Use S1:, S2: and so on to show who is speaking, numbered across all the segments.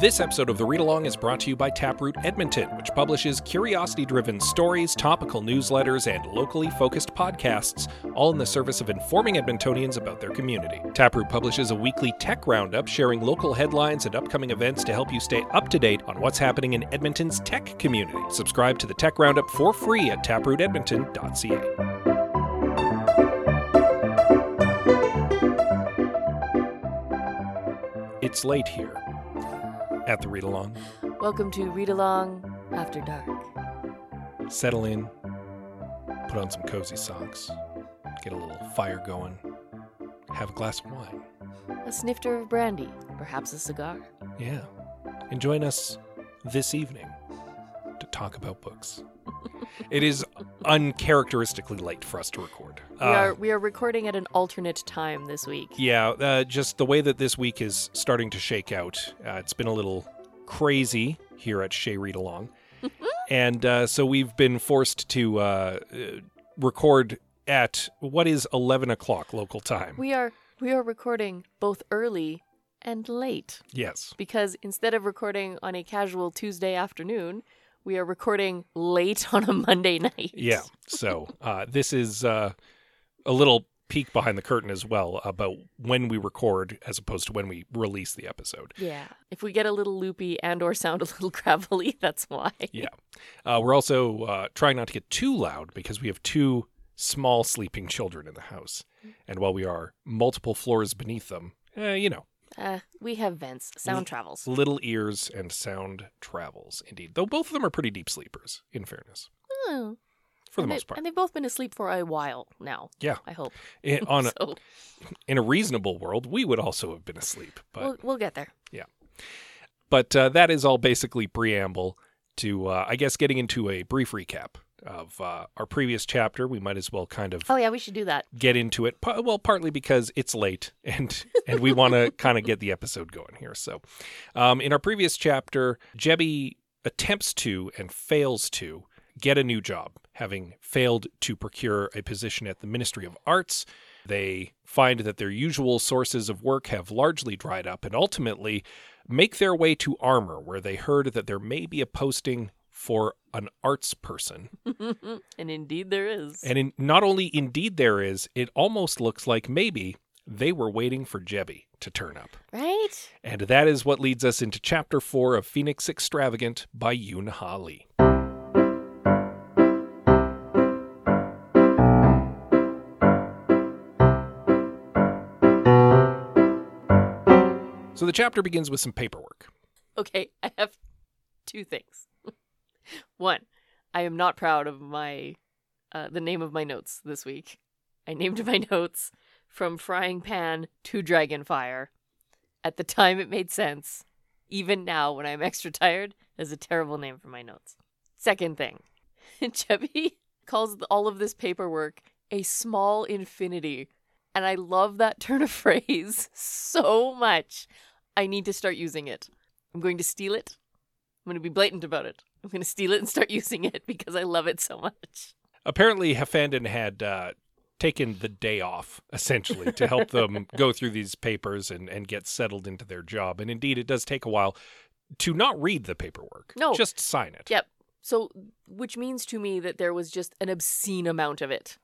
S1: This episode of The Read Along is brought to you by Taproot Edmonton, which publishes curiosity driven stories, topical newsletters, and locally focused podcasts, all in the service of informing Edmontonians about their community. Taproot publishes a weekly tech roundup sharing local headlines and upcoming events to help you stay up to date on what's happening in Edmonton's tech community. Subscribe to the Tech Roundup for free at taprootedmonton.ca. It's late here at the read along.
S2: Welcome to Read Along After Dark.
S1: Settle in, put on some cozy socks, get a little fire going, have a glass of wine.
S2: A snifter of brandy, perhaps a cigar.
S1: Yeah. And join us this evening to talk about books. it is uncharacteristically late for us to record.
S2: We are we are recording at an alternate time this week.
S1: Yeah, uh, just the way that this week is starting to shake out. Uh, it's been a little crazy here at Shea Read Along. and uh, so we've been forced to uh, uh, record at what is 11 o'clock local time.
S2: We are we are recording both early and late
S1: yes.
S2: because instead of recording on a casual Tuesday afternoon, we are recording late on a Monday night.
S1: Yeah. So uh, this is uh, a little peek behind the curtain as well about when we record as opposed to when we release the episode.
S2: Yeah. If we get a little loopy and or sound a little gravelly, that's why.
S1: Yeah. Uh, we're also uh, trying not to get too loud because we have two small sleeping children in the house. And while we are multiple floors beneath them, eh, you know,
S2: Uh, we have vents.
S1: Mm.
S2: Sound travels.
S1: little ears and sound travels indeed. Though both of them are pretty deep sleepers, in fairness,
S2: Oh.
S1: for the
S2: and they-
S1: most part.
S2: And they've both been asleep for a while now,
S1: Yeah.
S2: I hope.
S1: In, on a,
S2: so
S1: in a reasonable world, we would also have been asleep. But
S2: we'll, we'll get there.
S1: but uh, that is all basically preamble to, uh, I guess, getting into a brief recap of uh, our previous chapter. We might as well kind of
S2: Oh, yeah, we should do that.
S1: get into it. Pa- Well, partly because it's late and and we want to kind of get the episode going here. So, um, in our previous chapter, Jebby attempts to and fails to get a new job, having failed to procure a position at the Ministry of Arts. They find that their usual sources of work have largely dried up and ultimately make their way to Armor, where they heard that there may be a posting for an arts person.
S2: and indeed there is.
S1: And in, not only indeed there is, it almost looks like maybe they were waiting for Jebby to turn up.
S2: right?
S1: And that is what leads us into chapter four of Phoenix Extravagant by Yoon Ha Lee. So the chapter begins with some paperwork.
S2: Okay, I have two things. One, I am not proud of my uh, the name of my notes this week. I named my notes from frying pan to dragon fire. At the time, it made sense. Even now, when I'm extra tired, is a terrible name for my notes. Second thing, Chubby calls all of this paperwork a small infinity, and I love that turn of phrase so much. I need to start using it. I'm going to steal it. I'm going to be blatant about it. I'm going to steal it and start using it because I love it so much.
S1: apparently Hefandin had uh, taken the day off essentially to help them go through these papers and, and get settled into their job. And indeed, it does take a while to not read the paperwork.
S2: No.
S1: just sign it.
S2: Yep. So, which means to me that there was just an obscene amount of it.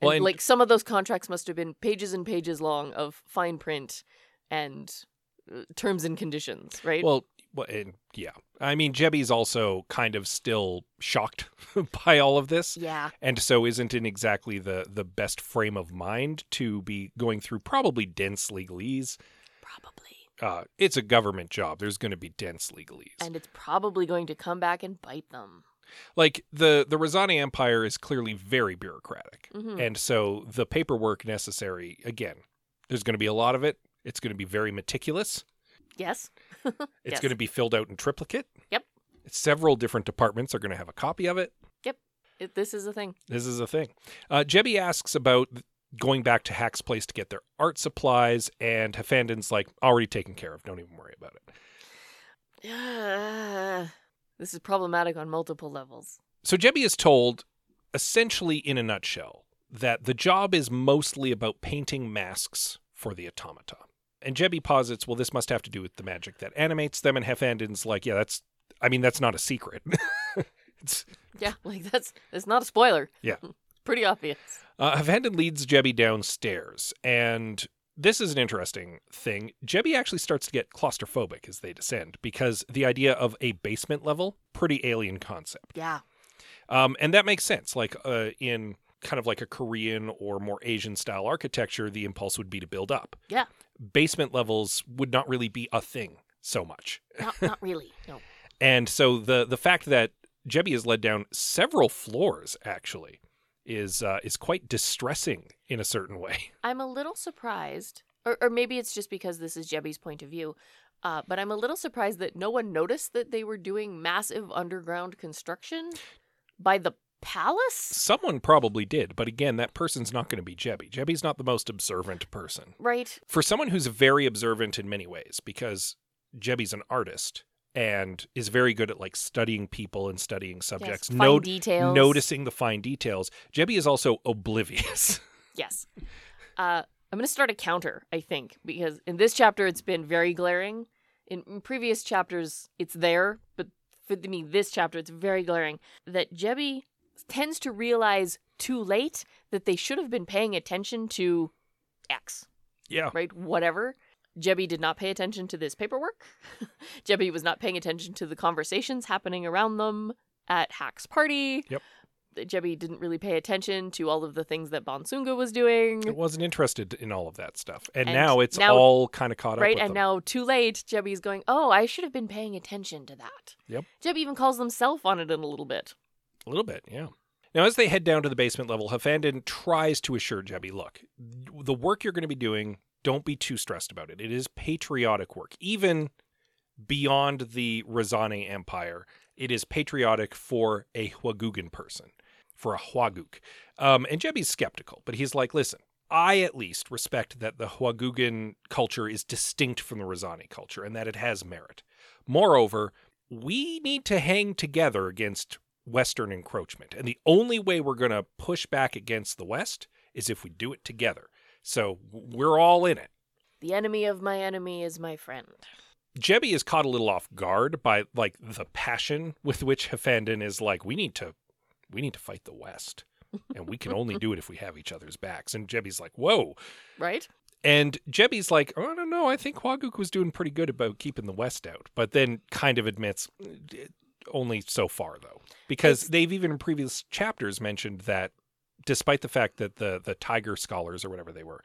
S2: And,
S1: Well, and-
S2: like some of those contracts must have been pages and pages long of fine print and uh, terms and conditions, right?
S1: Well, well, and yeah, I mean, Jebby's also kind of still shocked by all of this.
S2: yeah.
S1: and so isn't in exactly the the best frame of mind to be going through probably dense legalese.
S2: Probably.
S1: Uh, it's a government job. There's going to be dense legalese.
S2: And it's probably going to come back and bite them.
S1: like the the Rosani Empire is clearly very bureaucratic,
S2: Mhm.
S1: and so the paperwork necessary again, there's going to be a lot of it. It's going to be very meticulous,
S2: Yes.
S1: It's
S2: Yes.
S1: going to be filled out in triplicate.
S2: Yep.
S1: Several different departments are going to have a copy of it.
S2: It, this is a thing.
S1: This is a thing. Uh, Jebby asks about going back to Hack's place to get their art supplies, and Hefandin's like, already taken care of. Don't even worry about it.
S2: this is problematic on multiple levels.
S1: So Jebby is told, essentially in a nutshell, that the job is mostly about painting masks for the automata. And Jebby posits, well, this must have to do with the magic that animates them. And Hefandin's like, yeah, that's, I mean, that's not a secret. it's,
S2: Yeah, like that's that's not a spoiler.
S1: Yeah.
S2: Pretty obvious.
S1: Uh, Havandon leads Jebby downstairs, and this is an interesting thing. Jebby actually starts to get claustrophobic as they descend because the idea of a basement level, pretty alien concept.
S2: Yeah.
S1: Um, and that makes sense. Like uh, in kind of like a Korean or more Asian style architecture, the impulse would be to build up.
S2: Yeah.
S1: Basement levels would not really be a thing so much.
S2: Not not really. No.
S1: And so the the fact that Jebby is led down several floors actually is uh, is quite distressing in a certain way.
S2: I'm a little surprised, or, or maybe it's just because this is Jebby's point of view, uh, but I'm a little surprised that no one noticed that they were doing massive underground construction by the palace?
S1: Someone probably did, but again, that person's not going to be Jebby. Jebby's not the most observant person.
S2: Right.
S1: For someone who's very observant in many ways, because Jebby's an artist and is very good at like studying people and studying subjects,
S2: Yes. Fine
S1: no-
S2: details.
S1: noticing the fine details, Jebby is also oblivious.
S2: Yes. Uh, I'm going to start a counter, I think, because in this chapter it's been very glaring. In, in previous chapters, it's there, but for me, this chapter, it's very glaring that Jebby tends to realize too late that they should have been paying attention to X,
S1: yeah.
S2: right? Whatever. Jebby did not pay attention to this paperwork. Jebby was not paying attention to the conversations happening around them at Hack's party.
S1: Yep.
S2: Jebby didn't really pay attention to all of the things that Bonsunga was doing.
S1: It wasn't interested in all of that stuff. And,
S2: And
S1: now it's
S2: now-
S1: all kind of caught up
S2: right
S1: with
S2: and
S1: them.
S2: now too late jebby's going oh i should have been paying attention to that
S1: Yep.
S2: jebby even calls himself on it in a little bit
S1: A little bit, yeah. Now, as they head down to the basement level, Hafandin tries to assure Jebby, look, the work you're going to be doing, don't be too stressed about it. It is patriotic work. Even beyond the Razani Empire, it is patriotic for a Huagugan person, for a Huaguk. Um, and Jebby's skeptical, but he's like, listen, I at least respect that the Huagugan culture is distinct from the Razani culture and that it has merit. Moreover, we need to hang together against Western encroachment. And the only way we're going to push back against the West is if we do it together. So w- we're all in it.
S2: the enemy of my enemy is my friend
S1: Jebby is caught a little off guard by like the passion with which Hefandin is like, we need to, we need to fight the West, and we can only do it if we have each other's backs. And Jebby's like, whoa.
S2: right
S1: And Jebby's like, oh, I don't know. I think Waguk was doing pretty good about keeping the West out, but then kind of admits "Eh, only so far though, because
S2: It's-
S1: they've even in previous chapters mentioned that, despite the fact that the the Tiger Scholars or whatever they were,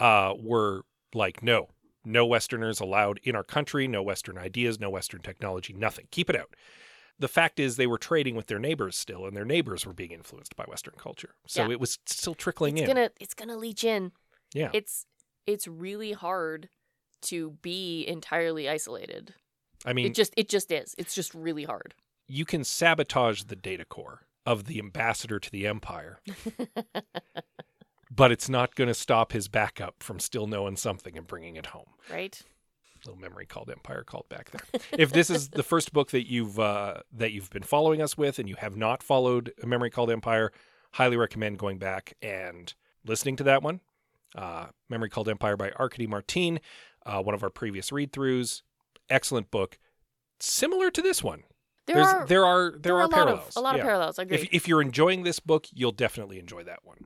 S1: uh, were like, no, no Westerners allowed in our country, no Western ideas, no Western technology, nothing. Keep it out. The fact is, they were trading with their neighbors still, and their neighbors were being influenced by Western culture. So
S2: Yeah.
S1: it was still trickling
S2: it's
S1: in.
S2: gonna it's gonna leach in
S1: yeah.
S2: it's it's really hard to be entirely isolated
S1: I mean,
S2: it just it just is it's just really hard
S1: you can sabotage the data core of the ambassador to the empire, but it's not going to stop his backup from still knowing something and bringing it home.
S2: right
S1: Little memory called Empire called back there. if this is the first book that you've uh, that you've been following us with, and you have not followed A Memory Called Empire, highly recommend going back and listening to that one. Uh, Memory Called Empire by Arkady Martin, uh, one of our previous read throughs. Excellent book, similar to this one.
S2: there
S1: There's-
S2: are there,
S1: there are there,
S2: are,
S1: are
S2: a lot
S1: parallels.
S2: of a lot of
S1: Yeah.
S2: parallels i agree
S1: If if you're enjoying this book, you'll definitely enjoy that one.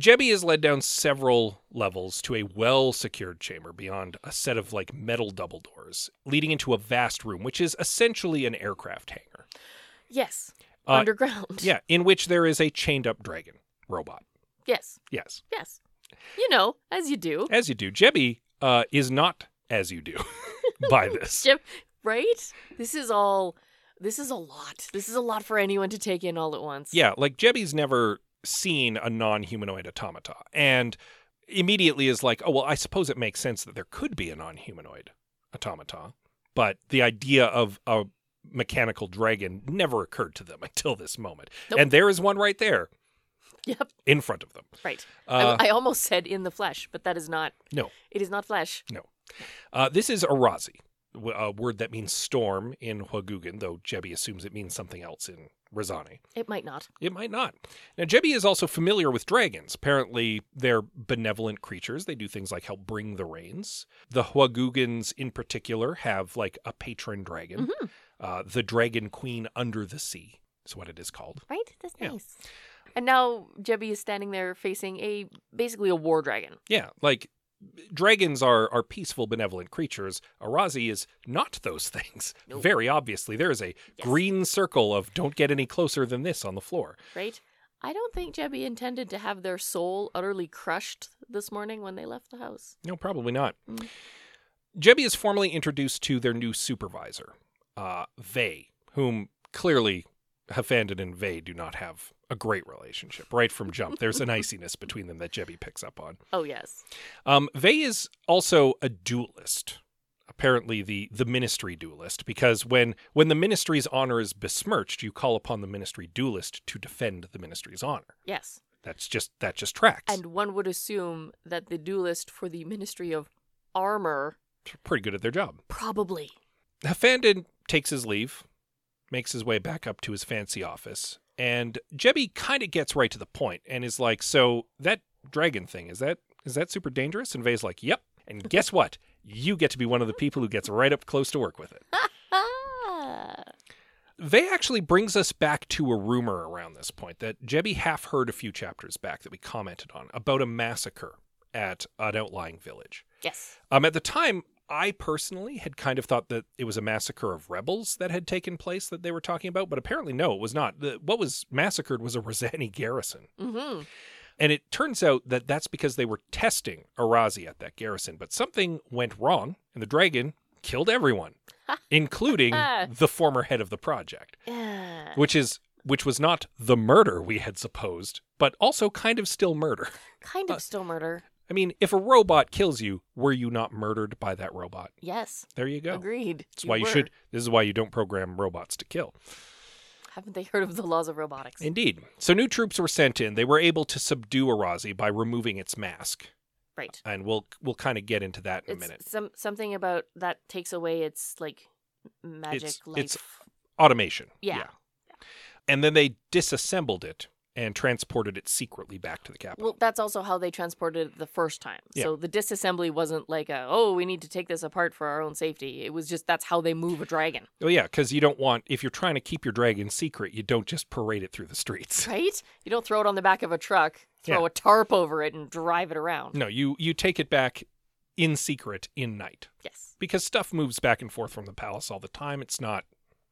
S1: Jebby is led down several levels to a well-secured chamber beyond a set of like metal double doors, leading into a vast room, which is essentially an aircraft hangar.
S2: yes
S1: Uh,
S2: underground
S1: Yeah, in which there is a chained-up dragon robot.
S2: yes
S1: Yes,
S2: yes you know as you do
S1: as you do. Jebby uh, is not as you do by this.
S2: Jim, right? This is all. This is a lot. This is a lot for anyone to take in all at once.
S1: Yeah, like Jebby's never seen a non humanoid automata and immediately is like, oh, well, I suppose it makes sense that there could be a non humanoid automata, but the idea of a mechanical dragon never occurred to them until this moment.
S2: Nope.
S1: And there is one right there
S2: Yep.
S1: in front of them.
S2: Right.
S1: Uh,
S2: I, I almost said in the flesh, but that is not.
S1: No.
S2: It is not flesh.
S1: uh, this is Arazi, w- a word that means storm in Huagugan, though Jebi assumes it means something else in Razani.
S2: It might not.
S1: It might not. Now, Jebi is also familiar with dragons. Apparently, they're benevolent creatures. They do things like help bring the rains. The Huagugans, in particular, have like a patron dragon, uh, the dragon queen under the sea, is what it is called.
S2: Right? That's
S1: Yeah.
S2: nice. And now Jebby is standing there facing a basically a war dragon.
S1: Yeah, like dragons are, are peaceful, benevolent creatures. Arazi is not those things.
S2: No.
S1: Very obviously, there is a
S2: Yes.
S1: green circle of don't get any closer than this on the floor.
S2: Right? I don't think Jebby intended to have their soul utterly crushed this morning when they left the house.
S1: No, probably not.
S2: Mm.
S1: Jebby is formally introduced to their new supervisor, uh, Vey, whom clearly Hafandin and Vey do not have a great relationship right from jump. There's an iciness between them that Jebby picks up on.
S2: Oh yes.
S1: Um, Vey is also a duelist, apparently the the ministry duelist, because when when the ministry's honor is besmirched, you call upon the ministry duelist to defend the ministry's honor.
S2: Yes.
S1: That's just that just tracks.
S2: And one would assume that the duelist for the Ministry of Armor
S1: They're pretty good at their job.
S2: probably.
S1: Hafandin takes his leave, makes his way back up to his fancy office, and Jebby kind of gets right to the point and is like, "So that dragon thing is that is that super dangerous?" And Vay's like, "Yep." And guess what? You get to be one of the people who gets right up close to work with it.
S2: Ah.
S1: Vay actually brings us back to a rumor around this point that Jebby half heard a few chapters back that we commented on about a massacre at an outlying village.
S2: Yes.
S1: Um, at the time, I personally had kind of thought that it was a massacre of rebels that had taken place that they were talking about, but apparently, no, it was not. The, what was massacred was a Rosani garrison.
S2: Mhm.
S1: And it turns out that that's because they were testing Arazi at that garrison, but something went wrong, and the dragon killed everyone, including the former head of the project,
S2: Yeah.
S1: which is. Which was not the murder we had supposed, but also kind of still murder.
S2: Kind
S1: uh,
S2: of still murder.
S1: I mean, if a robot kills you, were you not murdered by that robot?
S2: Yes.
S1: There you go.
S2: Agreed.
S1: That's why you
S2: were.
S1: should. This is why you don't program robots to kill.
S2: Haven't they heard of the laws of robotics?
S1: Indeed. So new troops were sent in. They were able to subdue Arazi by removing its mask,
S2: right.
S1: and we'll we'll kind of get into that in
S2: it's
S1: a minute.
S2: Some something about that takes away its like magic
S1: It's-
S2: life.
S1: it's- Automation.
S2: Yeah.
S1: And then they disassembled it and transported it secretly back to the capital.
S2: well, that's also how they transported it the first time.
S1: Yeah.
S2: So the disassembly wasn't like a oh we need to take this apart for our own safety. It was just that's how they move a dragon,
S1: oh yeah, because you don't want if you're trying to keep your dragon secret, you don't just parade it through the streets.
S2: right? You don't throw it on the back of a truck, throw
S1: Yeah. Mm.
S2: a tarp over it, and drive it around.
S1: No, you you take it back in secret in night
S2: Yes,
S1: because stuff moves back and forth from the palace all the time. It's not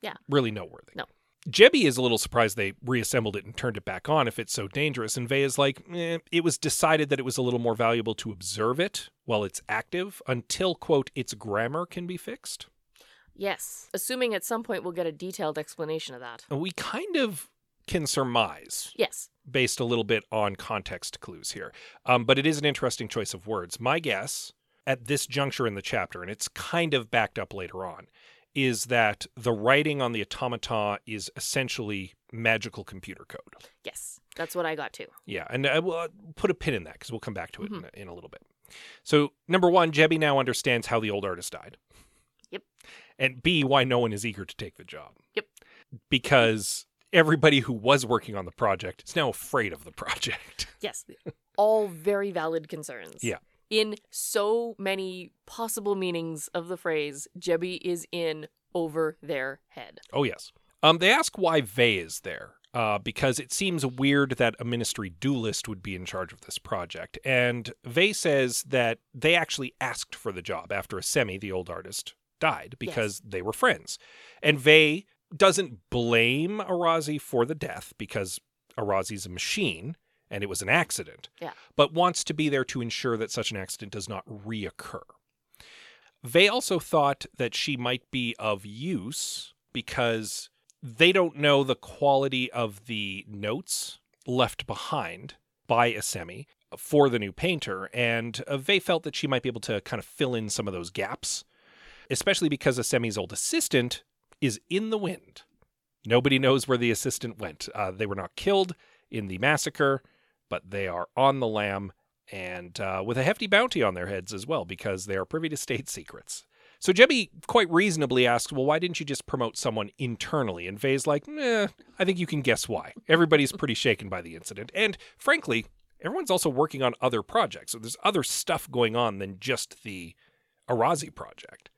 S2: Yeah.
S1: really noteworthy.
S2: No.
S1: Jebby is a little surprised they reassembled it and turned it back on if it's so dangerous. And Vey is like, eh, it was decided that it was a little more valuable to observe it while it's active until, quote, its grammar can be fixed.
S2: yes. Assuming at some point we'll get a detailed explanation of that.
S1: And we kind of can surmise
S2: Yes,
S1: based a little bit on context clues here. Um, but it is an interesting choice of words. My guess at this juncture in the chapter, and it's kind of backed up later on, is that the writing on the automata is essentially magical computer code.
S2: yes. That's what I got to.
S1: Yeah, and I will uh, put a pin in that because we'll come back to it
S2: Mm-hmm.
S1: in, a, in a little bit. So, number one, Jebby now understands how the old artist died.
S2: Yep.
S1: And B, why no one is eager to take the job.
S2: Yep.
S1: Because everybody who was working on the project is now afraid of the project.
S2: Yes. All very valid concerns.
S1: Yeah.
S2: In so many possible meanings of the phrase, Jebby is in over their head.
S1: Oh yes. Um, they ask why Vey is there. Uh, because it seems weird that a ministry duelist would be in charge of this project. And Vey says that they actually asked for the job after Semi, the old artist, died because they were friends. And Vey doesn't blame Arazi for the death because Arazi's a machine and it was an accident,
S2: Yeah.
S1: but wants to be there to ensure that such an accident does not reoccur. They also thought that she might be of use because they don't know the quality of the notes left behind by Asemi for the new painter, and uh, they felt that she might be able to kind of fill in some of those gaps. especially because Asemi's old assistant is in the wind. Nobody knows where the assistant went. Uh, they were not killed in the massacre, but they are on the lam and uh, with a hefty bounty on their heads as well because they are privy to state secrets. So Jebby quite reasonably asks, "Well, why didn't you just promote someone internally?" And Faye's like, "Nah, I think you can guess why. Everybody's pretty shaken by the incident, and frankly, everyone's also working on other projects. So there's other stuff going on than just the Arazi project.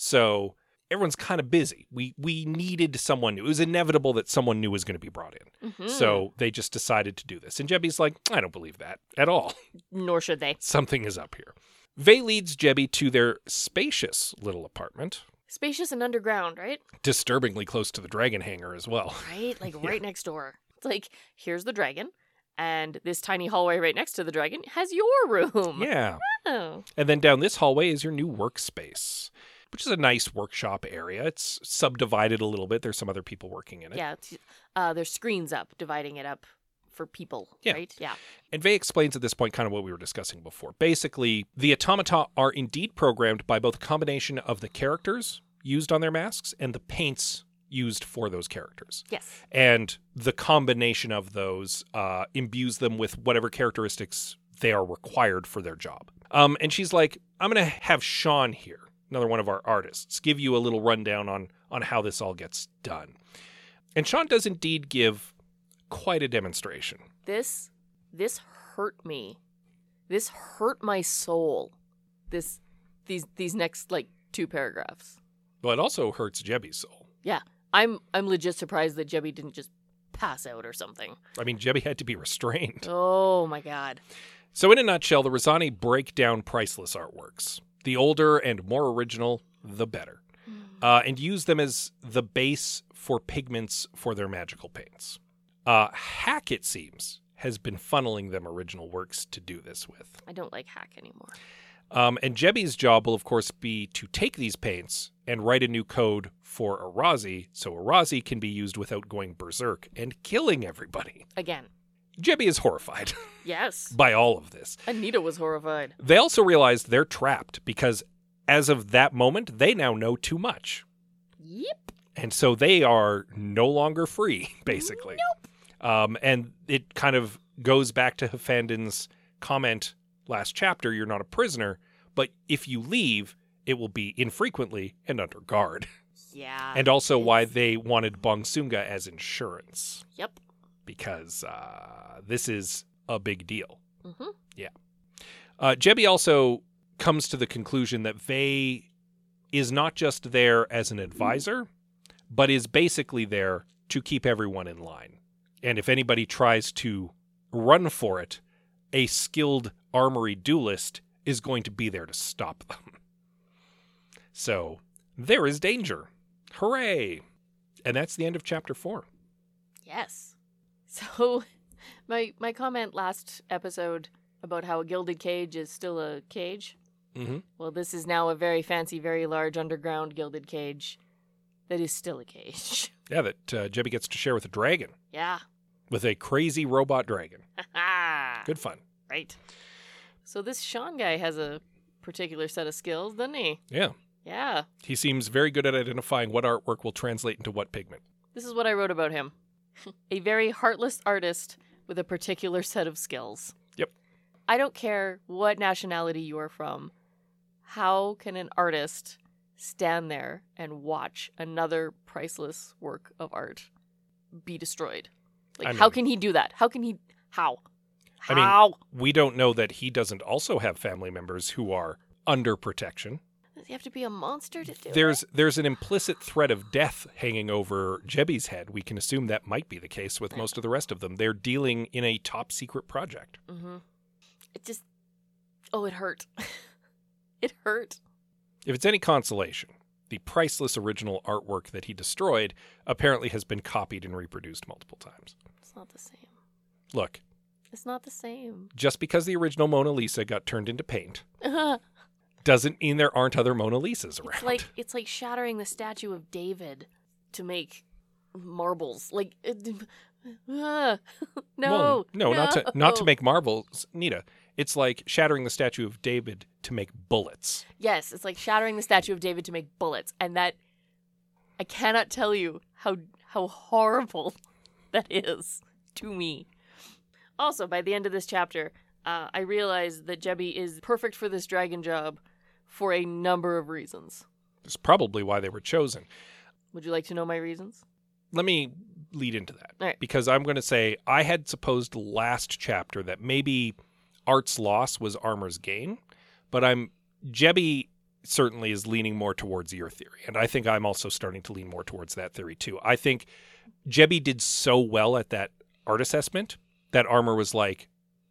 S1: So everyone's kind of busy. We we needed someone new. It was inevitable that someone new was going to be brought in.
S2: Mhm.
S1: So they just decided to do this. And Jebby's like, "I don't believe that at all."
S2: Nor should they.
S1: Something is up here. Vay leads Jebby to their spacious little apartment,
S2: Spacious and underground, right?
S1: disturbingly close to the dragon hangar as well.
S2: Right? Like
S1: Yeah.
S2: right next door. It's like, here's the dragon, and this tiny hallway right next to the dragon has your room.
S1: Yeah.
S2: Oh.
S1: And then down this hallway is your new workspace, which is a nice workshop area. It's subdivided a little bit. There's some other people working in it.
S2: Yeah. it's- Uh, there's screens up, dividing it up for people,
S1: Yeah.
S2: right? Yeah.
S1: And Vay explains at this point kind of what we were discussing before. Basically, the automata are indeed programmed by both a combination of the characters used on their masks and the paints used for those characters.
S2: Yes.
S1: and the combination of those uh, imbues them with whatever characteristics they are required for their job. Um, and she's like, "I'm gonna have Sean here, another one of our artists, give you a little rundown on on how this all gets done." And Sean does indeed give quite a demonstration.
S2: This this hurt me. This hurt my soul. This these these next like two paragraphs.
S1: Well, it also hurts Jebby's soul.
S2: Yeah. I'm I'm legit surprised that Jebby didn't just pass out or something.
S1: I mean, Jebby had to be restrained.
S2: Oh my god.
S1: So, in a nutshell, the Rosani break down priceless artworks. The older and more original, the better. Uh, and use them as the base for pigments for their magical paints. Uh, Hack, it seems, has been funneling them original works to do this with.
S2: I don't like hack anymore.
S1: Um, and Jebby's job will, of course, be to take these paints and write a new code for Arazi so Arazi can be used without going berserk and killing everybody.
S2: Again.
S1: Jebby is horrified
S2: Yes.
S1: by all of this.
S2: Anita was horrified.
S1: They also realize they're trapped because as of that moment, they now know too much.
S2: Yep.
S1: And so they are no longer free, basically. Nope. Um, and it kind of goes back to Hefandin's comment last chapter you're not a prisoner, but if you leave, it will be infrequently and under guard.
S2: Yeah.
S1: and also why
S2: it's-
S1: they wanted Bongsunga as insurance,
S2: Yep.
S1: because uh, this is a big deal.
S2: Mhm.
S1: Uh, Jebby also comes to the conclusion that Vey is not just there as an advisor, but is basically there to keep everyone in line. And if anybody tries to run for it, a skilled armory duelist is going to be there to stop them. So there is danger. Hooray! And that's the end of chapter four.
S2: Yes. So my my comment last episode about how a gilded cage is still a cage.
S1: Mm-hmm.
S2: Well, this is now a very fancy, very large underground gilded cage that is still a cage.
S1: Yeah, that uh, Jebby gets to share with a dragon,
S2: yeah.
S1: with a crazy robot dragon. Good fun.
S2: Right. So this Sean guy has a particular set of skills, doesn't he?
S1: Yeah.
S2: Yeah.
S1: He seems very good at identifying what artwork will translate into what pigment.
S2: This is what I wrote about him. a very heartless artist with a particular set of skills.
S1: Yep.
S2: I don't care what nationality you are from. How can an artist stand there and watch another priceless work of art be destroyed? Like
S1: I
S2: how
S1: mean-
S2: can he do that? How can he how?
S1: I mean-
S2: How?
S1: We don't know that he doesn't also have family members who are under protection.
S2: Does he have to be a monster to do
S1: There's there's an implicit threat of death hanging over Jebby's head. We can assume that might be the case
S2: Hmm.
S1: with most of the rest of them. They're dealing in a top secret project.
S2: it? Mm-hmm. It just Oh, it hurt. it hurt.
S1: If it's any consolation, the priceless original artwork that he destroyed apparently has been copied and reproduced multiple times.
S2: It's not the same.
S1: Look,
S2: It's not the same.
S1: just because the original Mona Lisa got turned into paint doesn't mean there aren't other Mona Lisas around.
S2: It's like it's like shattering the statue of David to make marbles. Like it- ah. no,
S1: Well, no, not to not to make marbles, Nita. It's like shattering the statue of David to make bullets.
S2: Yes, it's like shattering the statue of David to make bullets, and that I cannot tell you how how horrible that is to me. Also, by the end of this chapter, uh, I realize that Jebi is perfect for this dragon job for a number of reasons.
S1: It's probably why they were chosen.
S2: Would you like to know my reasons?
S1: Let me lead into that
S2: All right.
S1: because I'm going to say I had supposed last chapter that maybe art's loss was armor's gain, but I'm Jebby certainly is leaning more towards your theory, and I think I'm also starting to lean more towards that theory too. I think Jebby did so well at that art assessment that armor was like,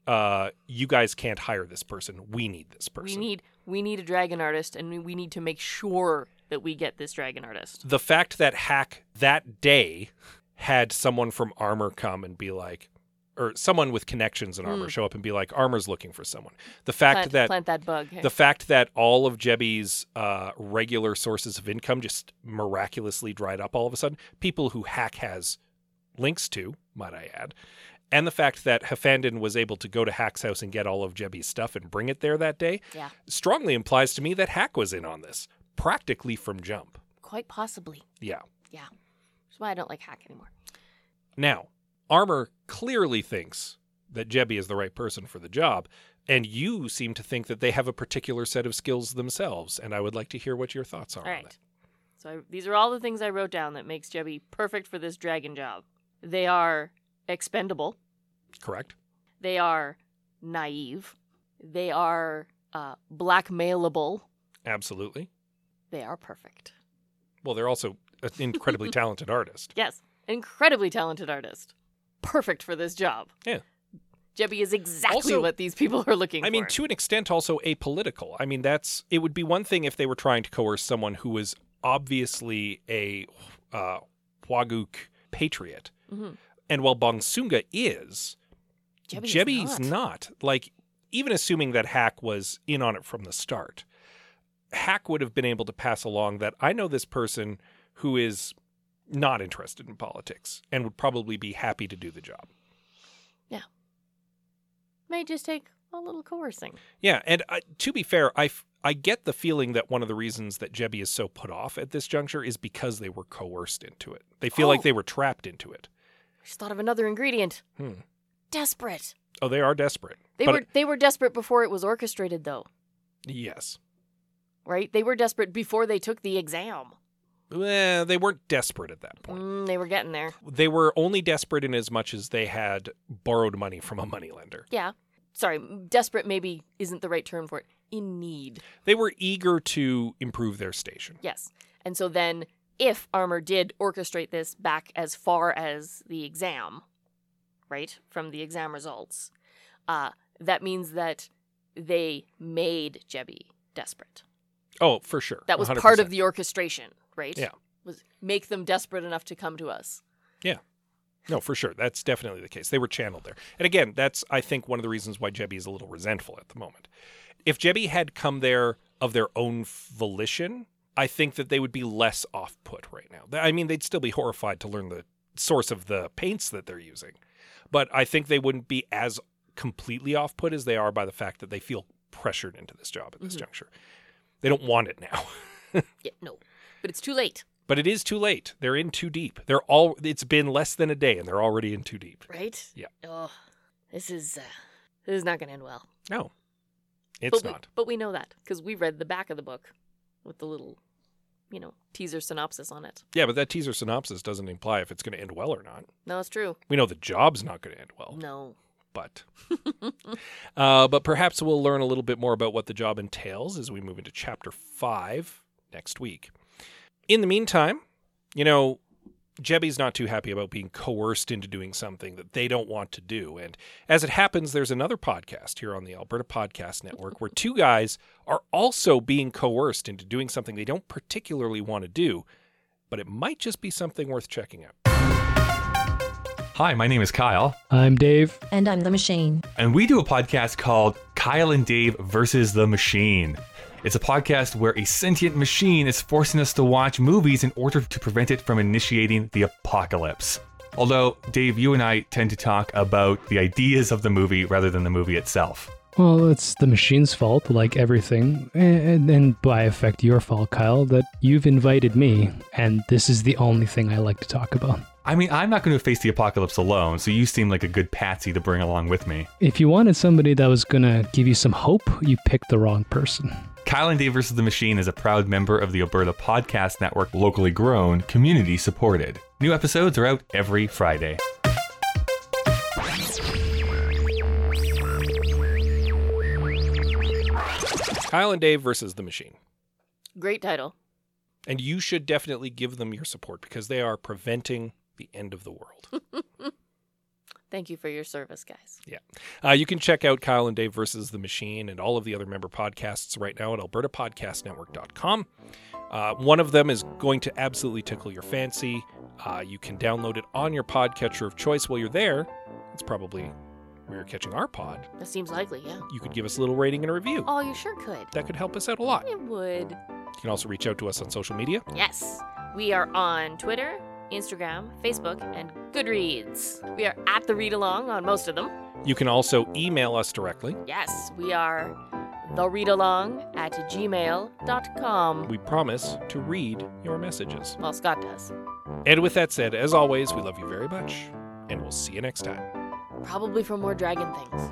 S1: uh, "You guys can't hire this person. We need this person."
S2: We need we need a dragon artist, and we- we need to make sure that we get this dragon artist.
S1: the fact that Hack that day had someone from Armor come and be like, or someone with connections in Armor show up and be like, Armor's looking for someone. The fact
S2: Plant
S1: that
S2: plant that bug.
S1: the fact that all of Jebby's uh, regular sources of income just miraculously dried up all of a sudden, people who Hack has links to, might I add, and the fact that Hefandin was able to go to Hack's house and get all of Jebby's stuff and bring it there that day,
S2: Yeah.
S1: strongly implies to me that Hack was in on this, practically from jump.
S2: Quite possibly.
S1: Yeah.
S2: That's why I don't like hack anymore.
S1: Now, Armor clearly thinks that Jebby is the right person for the job, and you seem to think that they have a particular set of skills themselves, and I would like to hear what your thoughts are
S2: all
S1: on
S2: right.
S1: that.
S2: So I, these are all the things I wrote down that makes Jebby perfect for this dragon job. They are expendable.
S1: Correct?
S2: They are naive. They are uh, blackmailable.
S1: Absolutely.
S2: They are perfect.
S1: Well, they're also an incredibly talented artist.
S2: Yes, incredibly talented artist. Perfect for this job.
S1: Yeah.
S2: Jebby is exactly
S1: Also-
S2: what these people are looking for.
S1: I mean, to an extent, also apolitical. I mean, that's it would be one thing if they were trying to coerce someone who was obviously a uh, Huaguk patriot.
S2: Mhm.
S1: And while Bongsunga is,
S2: Jebby's,
S1: Jebby's
S2: not.
S1: not. Like, even assuming that Hack was in on it from the start, Hack would have been able to pass along that I know this person who is not interested in politics and would probably be happy to do the job.
S2: May just take a little coercing.
S1: Yeah, and I, to be fair, I, f- I get the feeling that one of the reasons that Jebby is so put off at this juncture is because they were coerced into it. They feel
S2: Oh.
S1: like they were trapped into it.
S2: I just thought of another ingredient.
S1: Hmm.
S2: Desperate.
S1: Oh, they are desperate.
S2: They
S1: But-
S2: were they were desperate before it was orchestrated though,
S1: Yes.
S2: right? They were desperate before they took the exam.
S1: Eh, they weren't desperate at that point.
S2: Mm, they were getting there.
S1: they were only desperate in as much as they had borrowed money from a moneylender.
S2: Yeah. Sorry, desperate maybe isn't the right term for it. In need.
S1: They were eager to improve their station.
S2: Yes. And so then if Armor did orchestrate this back as far as the exam, right? From the exam results, uh, that means that they made Jebby desperate.
S1: Oh, for sure.
S2: That was part of
S1: 100%.
S2: the orchestration, right?
S1: Yeah.
S2: Was make them desperate enough to come to us.
S1: No, for sure. That's definitely the case. They were channeled there. And again, that's I think one of the reasons why Jebby is a little resentful at the moment. If Jebby had come there of their own volition, I think that they would be less off put right now. I mean, they'd still be horrified to learn the source of the paints that they're using. But I think they wouldn't be as completely off put as they are by the fact that they feel pressured into this job at this
S2: Mhm.
S1: juncture. They don't want it now.
S2: Yeah, no. But it's too late,
S1: But it is too late. They're in too deep. They're all it's been less than a day and they're already in too deep.
S2: right?
S1: Yeah.
S2: Oh, this is uh, this is not going to end well.
S1: No. It's
S2: but we-
S1: not.
S2: but we know that because we read the back of the book with the little, you know, teaser synopsis on it.
S1: Yeah, but that teaser synopsis doesn't imply if it's going to end well or not.
S2: No, it's true.
S1: We know the job's not going to end well,
S2: No.
S1: but uh, but perhaps we'll learn a little bit more about what the job entails as we move into chapter five next week. In the meantime, you know, Jebby's not too happy about being coerced into doing something that they don't want to do. And as it happens, there's another podcast here on the Alberta Podcast Network where two guys are also being coerced into doing something they don't particularly want to do, but it might just be something worth checking out.
S3: Hi, my name is Kyle,
S4: I'm Dave.
S5: And I'm the machine.
S3: and we do a podcast called Kyle and Dave versus the Machine. It's a podcast where a sentient machine is forcing us to watch movies in order to prevent it from initiating the apocalypse. Although, Dave, you and I tend to talk about the ideas of the movie rather than the movie itself.
S4: Well, it's the machine's fault, like everything, and, and by effect, your fault, Kyle, that you've invited me, and this is the only thing I like to talk about.
S3: I mean, I'm not going to face the apocalypse alone, so you seem like a good patsy to bring along with me.
S4: If you wanted somebody that was gonna give you some hope, you picked the wrong person.
S3: Kyle and Dave versus the Machine is a proud member of the Alberta Podcast Network, locally grown, community supported. New episodes are out every Friday.
S1: Kyle and Dave versus the Machine.
S2: Great title.
S1: And you should definitely give them your support because they are preventing the end of the world.
S2: Thank you for your service, guys.
S1: Uh, you can check out Kyle and Dave versus the Machine and all of the other member podcasts right now at albertapodcastnetwork.com. Uh, one of them is going to absolutely tickle your fancy. Uh, you can download it on your podcatcher of choice while you're there. It's probably where you're catching our pod.
S2: That seems likely, yeah.
S1: You could give us a little rating and a review.
S2: Oh, you sure could.
S1: That could help us out a lot.
S2: It would.
S1: You can also reach out to us on social media.
S2: Yes. We are on Twitter, Instagram, Facebook, and Goodreads. We are at the read along on most of them.
S1: You can also email us directly.
S2: Yes, we are the read along at gmail.com.
S1: We promise to read your messages.
S2: Well, Scott does.
S1: And with that said, as always, we love you very much, and we'll see you next time.
S2: Probably for more dragon things.